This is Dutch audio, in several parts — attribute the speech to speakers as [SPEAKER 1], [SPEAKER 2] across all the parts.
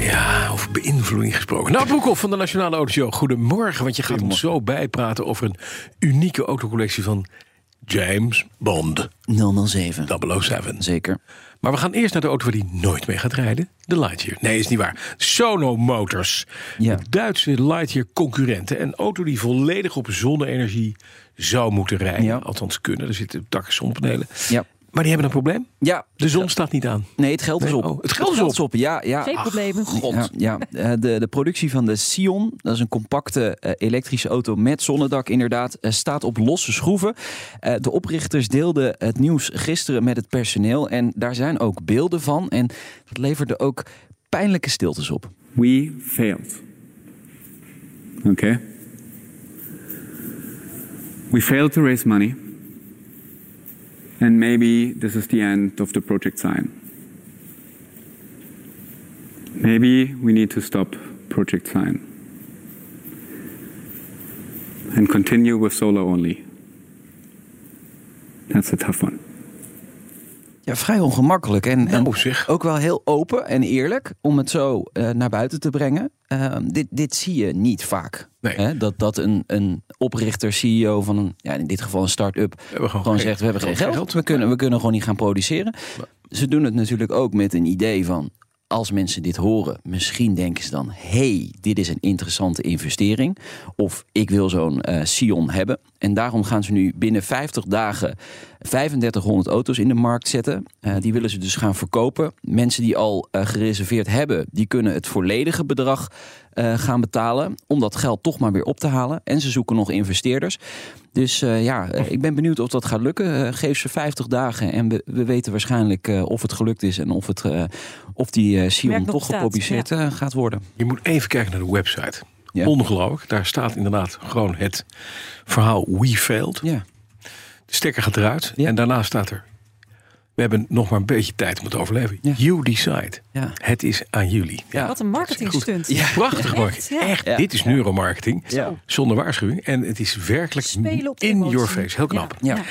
[SPEAKER 1] Ja, over beïnvloeding gesproken. Nou, Broekhoff van de Nationale Autoshow. Goedemorgen, want je gaat ons zo bijpraten over een unieke autocollectie van James Bond
[SPEAKER 2] 007.
[SPEAKER 1] 007.
[SPEAKER 2] Zeker.
[SPEAKER 1] Maar we gaan eerst naar de auto waar die nooit mee gaat rijden. De Lightyear. Nee, is niet waar. Sono Motors.
[SPEAKER 2] Ja.
[SPEAKER 1] De Duitse Lightyear concurrenten. Een auto die volledig op zonne-energie zou moeten rijden.
[SPEAKER 2] Ja.
[SPEAKER 1] Althans kunnen. Er zitten takken zonnepanelen.
[SPEAKER 2] Ja.
[SPEAKER 1] Maar die hebben een probleem.
[SPEAKER 2] Ja.
[SPEAKER 1] De zon staat niet aan.
[SPEAKER 2] Nee, het geld is
[SPEAKER 1] Nee,
[SPEAKER 2] op.
[SPEAKER 1] oh, het geld is op.
[SPEAKER 2] Ja, ja.
[SPEAKER 3] Geen problemen.
[SPEAKER 2] God. Ja, ja. Eh, de, de productie van de Sion, dat is een compacte eh, elektrische auto met zonnedak inderdaad, eh, staat op losse schroeven. Eh, de oprichters deelden het nieuws gisteren met het personeel en daar zijn ook beelden van en dat leverde ook pijnlijke stiltes op.
[SPEAKER 4] We failed. Okay? We failed to raise money. And maybe this is the end of the project sign. Maybe we need to stop project sign and continue with solar only. That's a tough one.
[SPEAKER 2] Ja, vrij ongemakkelijk. En,
[SPEAKER 1] Nou,
[SPEAKER 2] en
[SPEAKER 1] zeg.
[SPEAKER 2] ook wel heel open en eerlijk om het zo eh, naar buiten te brengen. Ehm, dit, dit zie je niet vaak.
[SPEAKER 1] Nee.
[SPEAKER 2] Hè? Dat, dat een, een oprichter, CEO van een, ja, in dit geval een start-up,
[SPEAKER 1] hebben gewoon
[SPEAKER 2] gewoon,
[SPEAKER 1] geen-
[SPEAKER 2] zegt: We hebben geen
[SPEAKER 1] geen
[SPEAKER 2] geld.
[SPEAKER 1] geld.
[SPEAKER 2] We, kunnen, we kunnen gewoon niet gaan produceren. Ze doen het natuurlijk ook met een idee van. Als mensen dit horen, misschien denken ze dan: hey, dit is een interessante investering. Of ik wil zo'n eh Sion hebben. En daarom gaan ze nu binnen 50 dagen 3500 auto's in de markt zetten. Eh, die willen ze dus gaan verkopen. Mensen die al eh, gereserveerd hebben, die kunnen het volledige bedrag eh, gaan betalen. Om dat geld toch maar weer op te halen. En ze zoeken nog investeerders. Dus eh, ja, eh, ik ben benieuwd of dat gaat lukken. Eh, geef ze 50 dagen en we, we weten waarschijnlijk eh, of het gelukt is. En of, het, eh, of die eh Sion
[SPEAKER 3] Merk nog
[SPEAKER 2] toch
[SPEAKER 3] staat,
[SPEAKER 2] gepubliceerd eh, gaat worden.
[SPEAKER 1] Je moet even kijken naar de website.
[SPEAKER 2] Ja.
[SPEAKER 1] Ongelooflijk. Daar staat inderdaad gewoon het verhaal We Failed.
[SPEAKER 2] Ja,
[SPEAKER 1] De stekker gaat eruit.
[SPEAKER 2] Ja.
[SPEAKER 1] En daarna staat er... We hebben nog maar een beetje tijd om het te overleven.
[SPEAKER 2] Ja.
[SPEAKER 1] You decide.
[SPEAKER 2] Ja.
[SPEAKER 1] Het is aan jullie. Ja.
[SPEAKER 3] Wat een marketingstunt.
[SPEAKER 1] Ja. Prachtig marketing.
[SPEAKER 3] ja.
[SPEAKER 1] Echt,
[SPEAKER 2] Ja.
[SPEAKER 1] dit is neuromarketing.
[SPEAKER 2] Ja.
[SPEAKER 1] Zonder waarschuwing. En het is werkelijk
[SPEAKER 3] Spelen op
[SPEAKER 1] in
[SPEAKER 3] emotie.
[SPEAKER 1] your face. Heel knap.
[SPEAKER 2] ja.
[SPEAKER 3] Ja.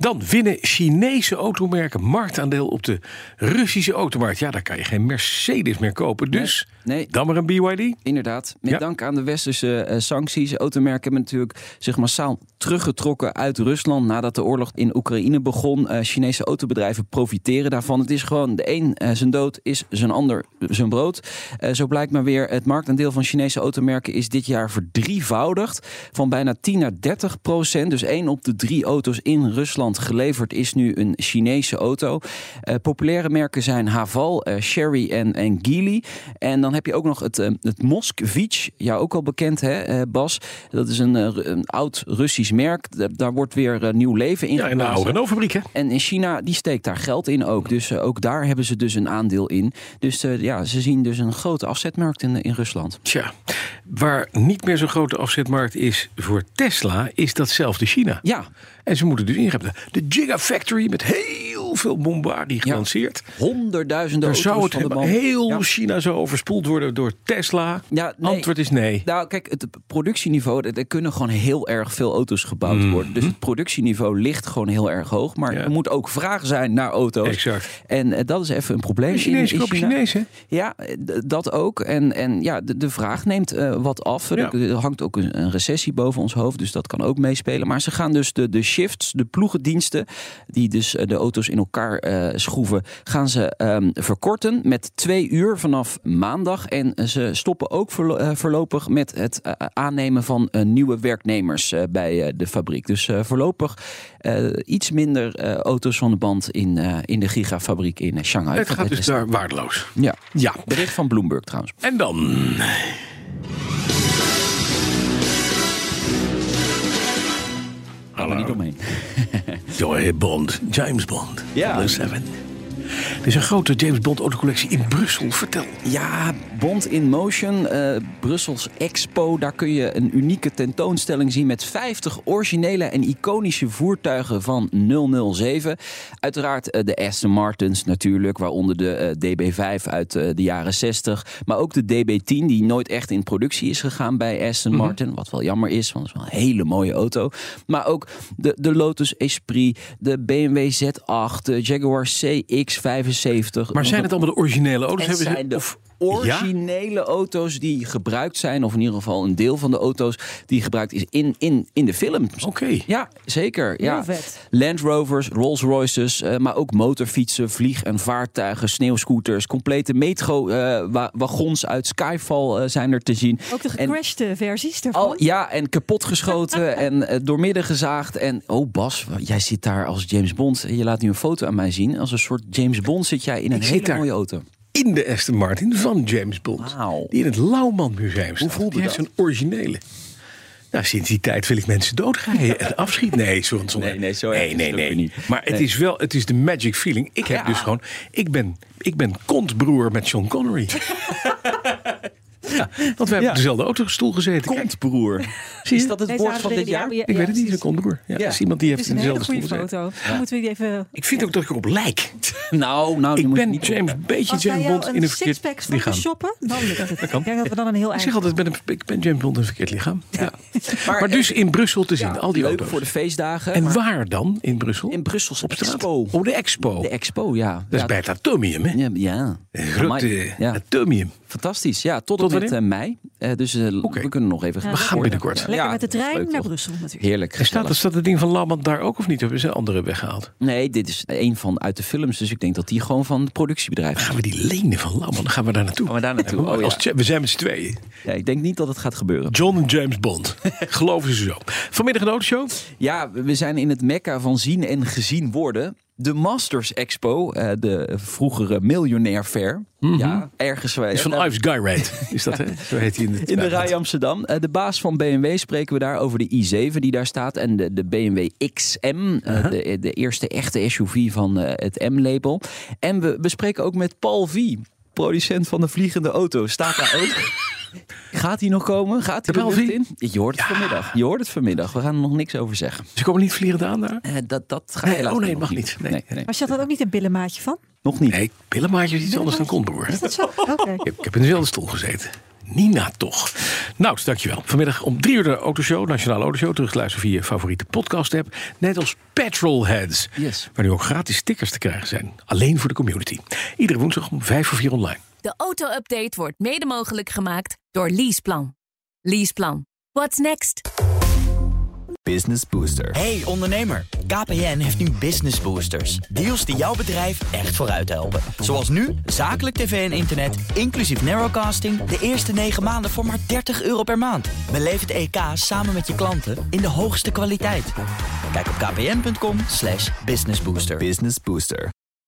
[SPEAKER 1] Dan winnen Chinese automerken marktaandeel op de Russische automarkt. Ja, daar kan je geen Mercedes meer kopen. Dus
[SPEAKER 2] Nee.
[SPEAKER 1] dan maar een BYD.
[SPEAKER 2] Inderdaad, met
[SPEAKER 1] Ja.
[SPEAKER 2] dank aan de westerse eh, sancties. Automerken hebben natuurlijk zich massaal teruggetrokken uit Rusland nadat de oorlog in Oekraïne begon. Eh, Chinese autobedrijven profiteren daarvan. Het is gewoon de een eh, zijn dood is zijn ander zijn brood. Eh, zo blijkt maar weer, het marktaandeel van Chinese automerken is dit jaar verdrievoudigd. Van bijna 10 naar 30 procent. Dus één op de drie auto's in Rusland geleverd is nu een Chinese auto. Eh, populaire merken zijn Haval, eh, Sherry en, en Geely. En dan heb je ook nog het, eh, het Moskvich. Ja, ook al bekend hè, eh, Bas. Dat is een, eh, Ru- een oud Russisch merk. Da- Daar wordt weer eh, nieuw leven in
[SPEAKER 1] Ja, in de
[SPEAKER 2] geblazen.
[SPEAKER 1] oude Renault-fabriek, hè?
[SPEAKER 2] En in China, die steekt daar geld in ook. Dus eh, ook daar hebben ze dus een aandeel in. Dus eh, ja, ze zien dus een grote afzetmarkt in, in Rusland.
[SPEAKER 1] Tja, waar niet meer zo'n grote afzetmarkt is voor Tesla, is datzelfde China.
[SPEAKER 2] Ja,
[SPEAKER 1] En ze moeten dus ingrijpen. De Gigafactory met heel veel bombardie gelanceerd.
[SPEAKER 2] honderdduizenden
[SPEAKER 1] Daar
[SPEAKER 2] auto's
[SPEAKER 1] zou het
[SPEAKER 2] van de
[SPEAKER 1] helemaal heel
[SPEAKER 2] band. Ja.
[SPEAKER 1] China zo overspoeld worden door Tesla.
[SPEAKER 2] Ja, nee.
[SPEAKER 1] Antwoord is nee.
[SPEAKER 2] Nou, kijk, het productieniveau, er- er kunnen gewoon heel erg veel auto's gebouwd worden. Dus het productieniveau ligt gewoon heel erg hoog. Maar
[SPEAKER 1] Mm. Hm. Ja.
[SPEAKER 2] er moet ook vraag zijn naar auto's.
[SPEAKER 1] Exact.
[SPEAKER 2] En eh, dat is even een probleem.
[SPEAKER 1] De Chinezen
[SPEAKER 2] in, in
[SPEAKER 1] kopen
[SPEAKER 2] China.
[SPEAKER 1] Chinezen.
[SPEAKER 2] Ja, eh, d- dat ook. En, en ja, de, de vraag neemt eh, wat af. Er-
[SPEAKER 1] Ja.
[SPEAKER 2] Er hangt ook een, een recessie boven ons hoofd, dus dat kan ook meespelen. Maar ze gaan dus de, de shifts, de ploegendiensten, die dus eh, de auto's in elkaar eh, schroeven, gaan ze ehm, verkorten met twee uur vanaf maandag. En eh, ze stoppen ook voorlo- eh, voorlopig met het eh, aannemen van eh, nieuwe werknemers eh, bij eh, de fabriek. Dus eh, voorlopig eh, iets minder eh, auto's van de band in, eh, in de gigafabriek in eh, Shanghai.
[SPEAKER 1] Het
[SPEAKER 2] Van
[SPEAKER 1] gaat dus
[SPEAKER 2] Tesla.
[SPEAKER 1] daar waardeloos.
[SPEAKER 2] Ja.
[SPEAKER 1] Ja.
[SPEAKER 2] Bericht van Bloomberg trouwens.
[SPEAKER 1] En dan.
[SPEAKER 2] Hallo. niet omheen.
[SPEAKER 1] Joy Bond, James Bond.
[SPEAKER 2] Ja.
[SPEAKER 1] 007. Er is een grote James Bond autocollectie in Brussel. Vertel.
[SPEAKER 2] Ja, Bond in Motion, eh, Brussels Expo. Daar kun je een unieke tentoonstelling zien met 50 originele en iconische voertuigen van 007. Uiteraard eh, de Aston Martins natuurlijk, waaronder de eh, DB5 uit eh, de jaren 60. Maar ook de DB10, die nooit echt in productie is gegaan bij Aston
[SPEAKER 1] Mhm.
[SPEAKER 2] Martin. Wat wel jammer is, want het is wel een hele mooie auto. Maar ook de, de Lotus Esprit, de BMW Z8, de Jaguar CX75.
[SPEAKER 1] Maar zijn het allemaal de originele auto's?
[SPEAKER 2] Het
[SPEAKER 1] Hebben ze-
[SPEAKER 2] zijn de
[SPEAKER 1] of-
[SPEAKER 2] originele auto's die gebruikt zijn, of in ieder geval een deel van de auto's die gebruikt is in, in, in de film.
[SPEAKER 1] Oké.
[SPEAKER 2] Ja, zeker. Ja.
[SPEAKER 5] Heel vet.
[SPEAKER 2] Land Rovers, Rolls Royces, eh, maar ook motorfietsen, vlieg- en vaartuigen, sneeuwscooters, complete metro-wagons uit Skyfall eh, zijn er te zien.
[SPEAKER 5] Ook de
[SPEAKER 2] En-
[SPEAKER 5] gecrashed eh, versies daarvan.
[SPEAKER 2] al, ja, en kapotgeschoten en eh, doormidden gezaagd. En oh Bas, jij zit daar als James Bond. Je laat nu een foto aan mij zien. Als een soort James Bond zit jij in een
[SPEAKER 1] zit
[SPEAKER 2] hele
[SPEAKER 1] daar.
[SPEAKER 2] mooie auto.
[SPEAKER 1] In de Aston Martin van James Bond.
[SPEAKER 2] Wauw.
[SPEAKER 1] Die in het Lauwman Museum staat. Hoe
[SPEAKER 2] voelde
[SPEAKER 1] die heeft
[SPEAKER 2] dat?
[SPEAKER 1] zijn originele. Nou, sinds die tijd wil ik mensen doodrijden en afschiet. Nee, zo, zo,
[SPEAKER 2] Nee, nee, zo erg
[SPEAKER 1] nee,
[SPEAKER 2] is
[SPEAKER 1] nee,
[SPEAKER 2] het ook
[SPEAKER 1] nee.
[SPEAKER 2] weer niet.
[SPEAKER 1] Maar het
[SPEAKER 2] Nee.
[SPEAKER 1] is wel, het is de magic feeling. Ik heb dus gewoon, ik ben, ik ben kontbroer met Sean Connery. ja, want wij hebben op dezelfde autostoel gezeten. Kijk,
[SPEAKER 2] Kontbroer. Is dat het
[SPEAKER 5] Deze
[SPEAKER 2] woord van
[SPEAKER 5] hadden
[SPEAKER 2] dit
[SPEAKER 5] we- ja,
[SPEAKER 2] jaar?
[SPEAKER 5] ja,
[SPEAKER 1] ik weet
[SPEAKER 5] ja,
[SPEAKER 1] het niet, een
[SPEAKER 5] precies.
[SPEAKER 1] kontbroer. Ja,
[SPEAKER 2] Ja.
[SPEAKER 1] dat is iemand die
[SPEAKER 5] Dit
[SPEAKER 1] heeft
[SPEAKER 5] is
[SPEAKER 1] in
[SPEAKER 5] een hele
[SPEAKER 1] dezelfde
[SPEAKER 5] goede
[SPEAKER 1] stoel gezeten.
[SPEAKER 5] foto. Dan moeten we die even...
[SPEAKER 1] Ik vind ook dat ik erop lijk.
[SPEAKER 2] Nou, nou, die
[SPEAKER 1] Ik
[SPEAKER 2] moet je
[SPEAKER 1] ben
[SPEAKER 2] niet
[SPEAKER 1] James, een beetje
[SPEAKER 5] Als
[SPEAKER 1] James
[SPEAKER 5] wij jou
[SPEAKER 1] Bond
[SPEAKER 5] een
[SPEAKER 1] in een
[SPEAKER 5] sixpack
[SPEAKER 1] verkeerd lichaam.
[SPEAKER 5] photoshoppen, dan lukt het. Ik denk dat we dan een heel
[SPEAKER 1] Ik
[SPEAKER 5] eind...
[SPEAKER 1] zeg altijd, ik ben, een- ik ben James Bond in een verkeerd lichaam. Ja. Maar, dus in Brussel te zien, al die
[SPEAKER 2] leuk
[SPEAKER 1] auto's.
[SPEAKER 2] voor de feestdagen.
[SPEAKER 1] En
[SPEAKER 2] maar
[SPEAKER 1] waar dan in Brussel?
[SPEAKER 2] in Brussels
[SPEAKER 1] Op straat?
[SPEAKER 2] Expo.
[SPEAKER 1] Oh, de expo.
[SPEAKER 2] De expo, ja.
[SPEAKER 1] dat is
[SPEAKER 2] ja,
[SPEAKER 1] bij het Atomium, hè?
[SPEAKER 2] ja, ja.
[SPEAKER 1] Een grote
[SPEAKER 2] Amai. Ja,
[SPEAKER 1] Atomium.
[SPEAKER 2] fantastisch. Ja, tot,
[SPEAKER 1] Tot
[SPEAKER 2] en met
[SPEAKER 1] wanneer?
[SPEAKER 2] eh, mei. Eh, dus eh,
[SPEAKER 1] Oké.
[SPEAKER 2] we kunnen nog even...
[SPEAKER 5] Ja,
[SPEAKER 1] We gaan binnenkort.
[SPEAKER 5] Lekker
[SPEAKER 2] Ja,
[SPEAKER 5] met de
[SPEAKER 2] dat is
[SPEAKER 5] trein
[SPEAKER 2] leuk,
[SPEAKER 5] naar
[SPEAKER 2] toch?
[SPEAKER 5] Brussel natuurlijk.
[SPEAKER 2] Heerlijk.
[SPEAKER 1] En staat, dus-
[SPEAKER 2] gezellig.
[SPEAKER 1] staat het ding van Lammand daar ook of niet? Hebben ze andere weggehaald?
[SPEAKER 2] Nee, dit is een van uit de films. Dus ik denk dat die gewoon van het productiebedrijf is.
[SPEAKER 1] Gaan we die lenen van Lammand? Dan gaan we daar naartoe.
[SPEAKER 2] Gaan we daar naartoe?
[SPEAKER 1] Ja,
[SPEAKER 2] Oh, ja.
[SPEAKER 1] als cha- We zijn met z'n tweeën.
[SPEAKER 2] Ja, ik denk niet dat het gaat gebeuren.
[SPEAKER 1] John en James Bond. Geloven ze zo. Vanmiddag een autoshow.
[SPEAKER 2] Ja, we zijn in het mekka van zien en gezien worden. De Masters Expo, eh, de vroegere miljonair fair. Ja, ergens...
[SPEAKER 1] Is van Ives Gyrate. Is dat, hè? Zo heet hij in de,
[SPEAKER 2] In de rij Amsterdam. Eh, de baas van BMW spreken we daar over de i7 die daar staat. En de, de BMW XM. eh, de, de eerste echte SUV van eh, het M-label. En we bespreken ook met Paul V. Producent van de vliegende auto. Staat daar ook. Gaat hij nog komen? Gaat hij
[SPEAKER 1] De
[SPEAKER 2] er
[SPEAKER 1] Paul
[SPEAKER 2] lucht
[SPEAKER 1] V?
[SPEAKER 2] in? Je hoort het vanmiddag. Je hoort het vanmiddag. We gaan er nog niks over zeggen.
[SPEAKER 1] Ze komen niet vliegend aan daar?
[SPEAKER 2] Eh, dat, dat ga je
[SPEAKER 1] Nee,
[SPEAKER 2] later
[SPEAKER 1] oh nee,
[SPEAKER 2] nog
[SPEAKER 1] mag niet. Nee.
[SPEAKER 2] Nee, nee,
[SPEAKER 5] Maar zat dat ook niet een billenmaatje van?
[SPEAKER 2] nog niet.
[SPEAKER 1] Nee, pillenmaatje is iets anders dan kontbroer. hè?
[SPEAKER 5] Is dat zo? Oké.
[SPEAKER 1] Ik heb, ik heb in dezelfde stoel gezeten. Nina toch. Nou, dankjewel. Vanmiddag om drie uur de Autoshow, Nationale Autoshow. Terug te luisteren via je favoriete podcast-app. Net als Petrolheads.
[SPEAKER 2] Yes.
[SPEAKER 1] Waar nu ook gratis stickers te krijgen zijn. Alleen voor de community. Iedere woensdag om vijf of vier online.
[SPEAKER 3] De auto-update wordt mede mogelijk gemaakt door Leaseplan. Leaseplan. What's next?
[SPEAKER 6] Business Booster.
[SPEAKER 7] Hey ondernemer, KPN heeft nu Business Boosters. Deals die jouw bedrijf echt vooruit helpen. Zoals nu, zakelijk tv en internet, inclusief narrowcasting... de eerste 9 maanden voor maar 30 euro per maand. Beleef het EK samen met je klanten in de hoogste kwaliteit. Kijk op kpn.com slash businessbooster.
[SPEAKER 6] Business Booster.